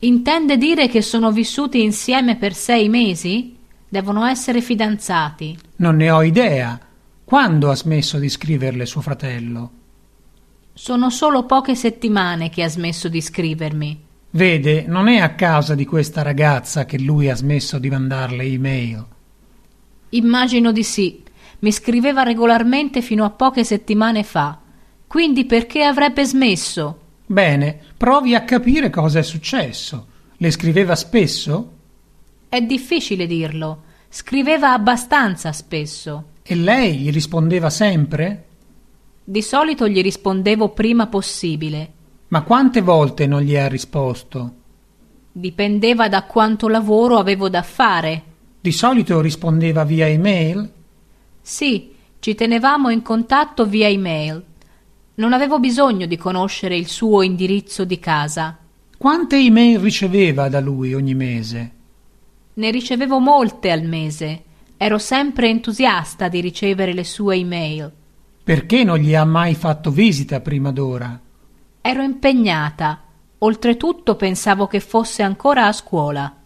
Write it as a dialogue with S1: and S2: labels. S1: Intende dire che sono vissuti insieme per sei mesi? Devono essere fidanzati.
S2: Non ne ho idea. Quando ha smesso di scriverle suo fratello?
S1: Sono solo poche settimane che ha smesso di scrivermi.
S2: Vede, non è a causa di questa ragazza che lui ha smesso di mandarle email.
S1: Immagino di sì. Mi scriveva regolarmente fino a poche settimane fa. Quindi perché avrebbe smesso?
S2: Bene, provi a capire cosa è successo. Le scriveva spesso?
S1: È difficile dirlo. Scriveva abbastanza spesso.
S2: E lei gli rispondeva sempre?
S1: Di solito gli rispondevo prima possibile.
S2: Ma quante volte non gli ha risposto?
S1: Dipendeva da quanto lavoro avevo da fare.
S2: Di solito rispondeva via email?
S1: Sì, ci tenevamo in contatto via email. Non avevo bisogno di conoscere il suo indirizzo di casa.
S2: Quante email riceveva da lui ogni mese?
S1: Ne ricevevo molte al mese. Ero sempre entusiasta di ricevere le sue email.
S2: Perché non gli ha mai fatto visita prima d'ora?
S1: Ero impegnata. Oltretutto pensavo che fosse ancora a scuola.